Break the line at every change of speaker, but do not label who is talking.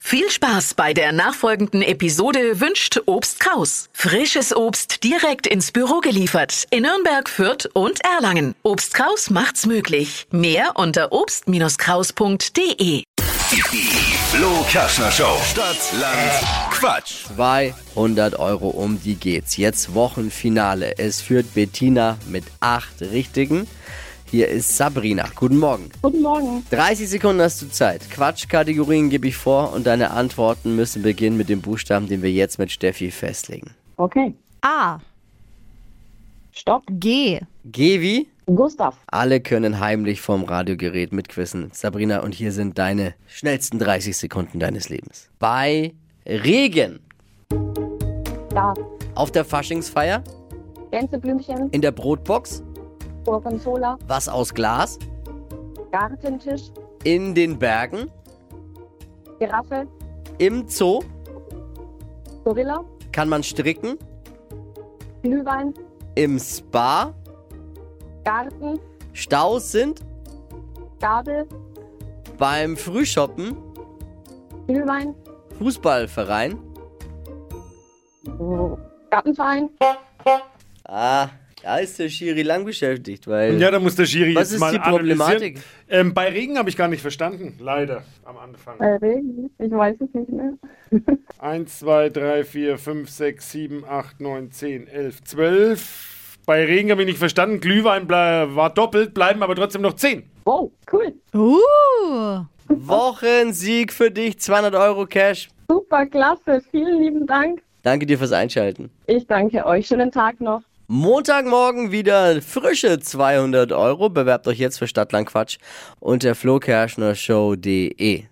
Viel Spaß bei der nachfolgenden Episode wünscht Obst Kraus. Frisches Obst direkt ins Büro geliefert in Nürnberg, Fürth und Erlangen. Obst Kraus macht's möglich. Mehr unter obst-kraus.de.
Die Flo Kaschner Show. Stadt, Land, Quatsch.
200 Euro um die geht's. Jetzt Wochenfinale. Es führt Bettina mit acht Richtigen. Hier ist Sabrina. Guten Morgen.
Guten Morgen.
30 Sekunden hast du Zeit. Quatschkategorien gebe ich vor und deine Antworten müssen beginnen mit dem Buchstaben, den wir jetzt mit Steffi festlegen.
Okay.
A.
Stopp.
G.
Geh wie?
Gustav.
Alle können heimlich vom Radiogerät mitquissen. Sabrina, und hier sind deine schnellsten 30 Sekunden deines Lebens. Bei Regen.
Da.
Auf der Faschingsfeier.
Gänseblümchen.
In der Brotbox.
Gorgonzola.
Was aus Glas.
Gartentisch.
In den Bergen.
Giraffe.
Im Zoo
Gorilla.
kann man stricken,
Glühwein.
im Spa
Garten.
Staus sind,
Gabel.
beim Frühshoppen
Glühwein.
Fußballverein.
Gartenverein.
Ah, da ist der Schiri lang beschäftigt, weil
Ja, da muss der Schiri
Was
jetzt
ist
mal
die Problematik?
analysieren. Ähm, bei Regen habe ich gar nicht verstanden, leider, am Anfang.
Äh, Regen. Ich weiß es nicht mehr.
1, 2, 3, 4, 5, 6, 7, 8, 9, 10, 11, 12. Bei Regen habe ich nicht verstanden. Glühwein ble- war doppelt, bleiben aber trotzdem noch 10.
Wow, cool.
Uh.
Wochensieg für dich, 200 Euro Cash.
Super, klasse. Vielen lieben Dank.
Danke dir fürs Einschalten.
Ich danke euch. Schönen Tag noch.
Montagmorgen wieder frische 200 Euro. Bewerbt euch jetzt für Stadtlandquatsch unter flokerschnershow.de.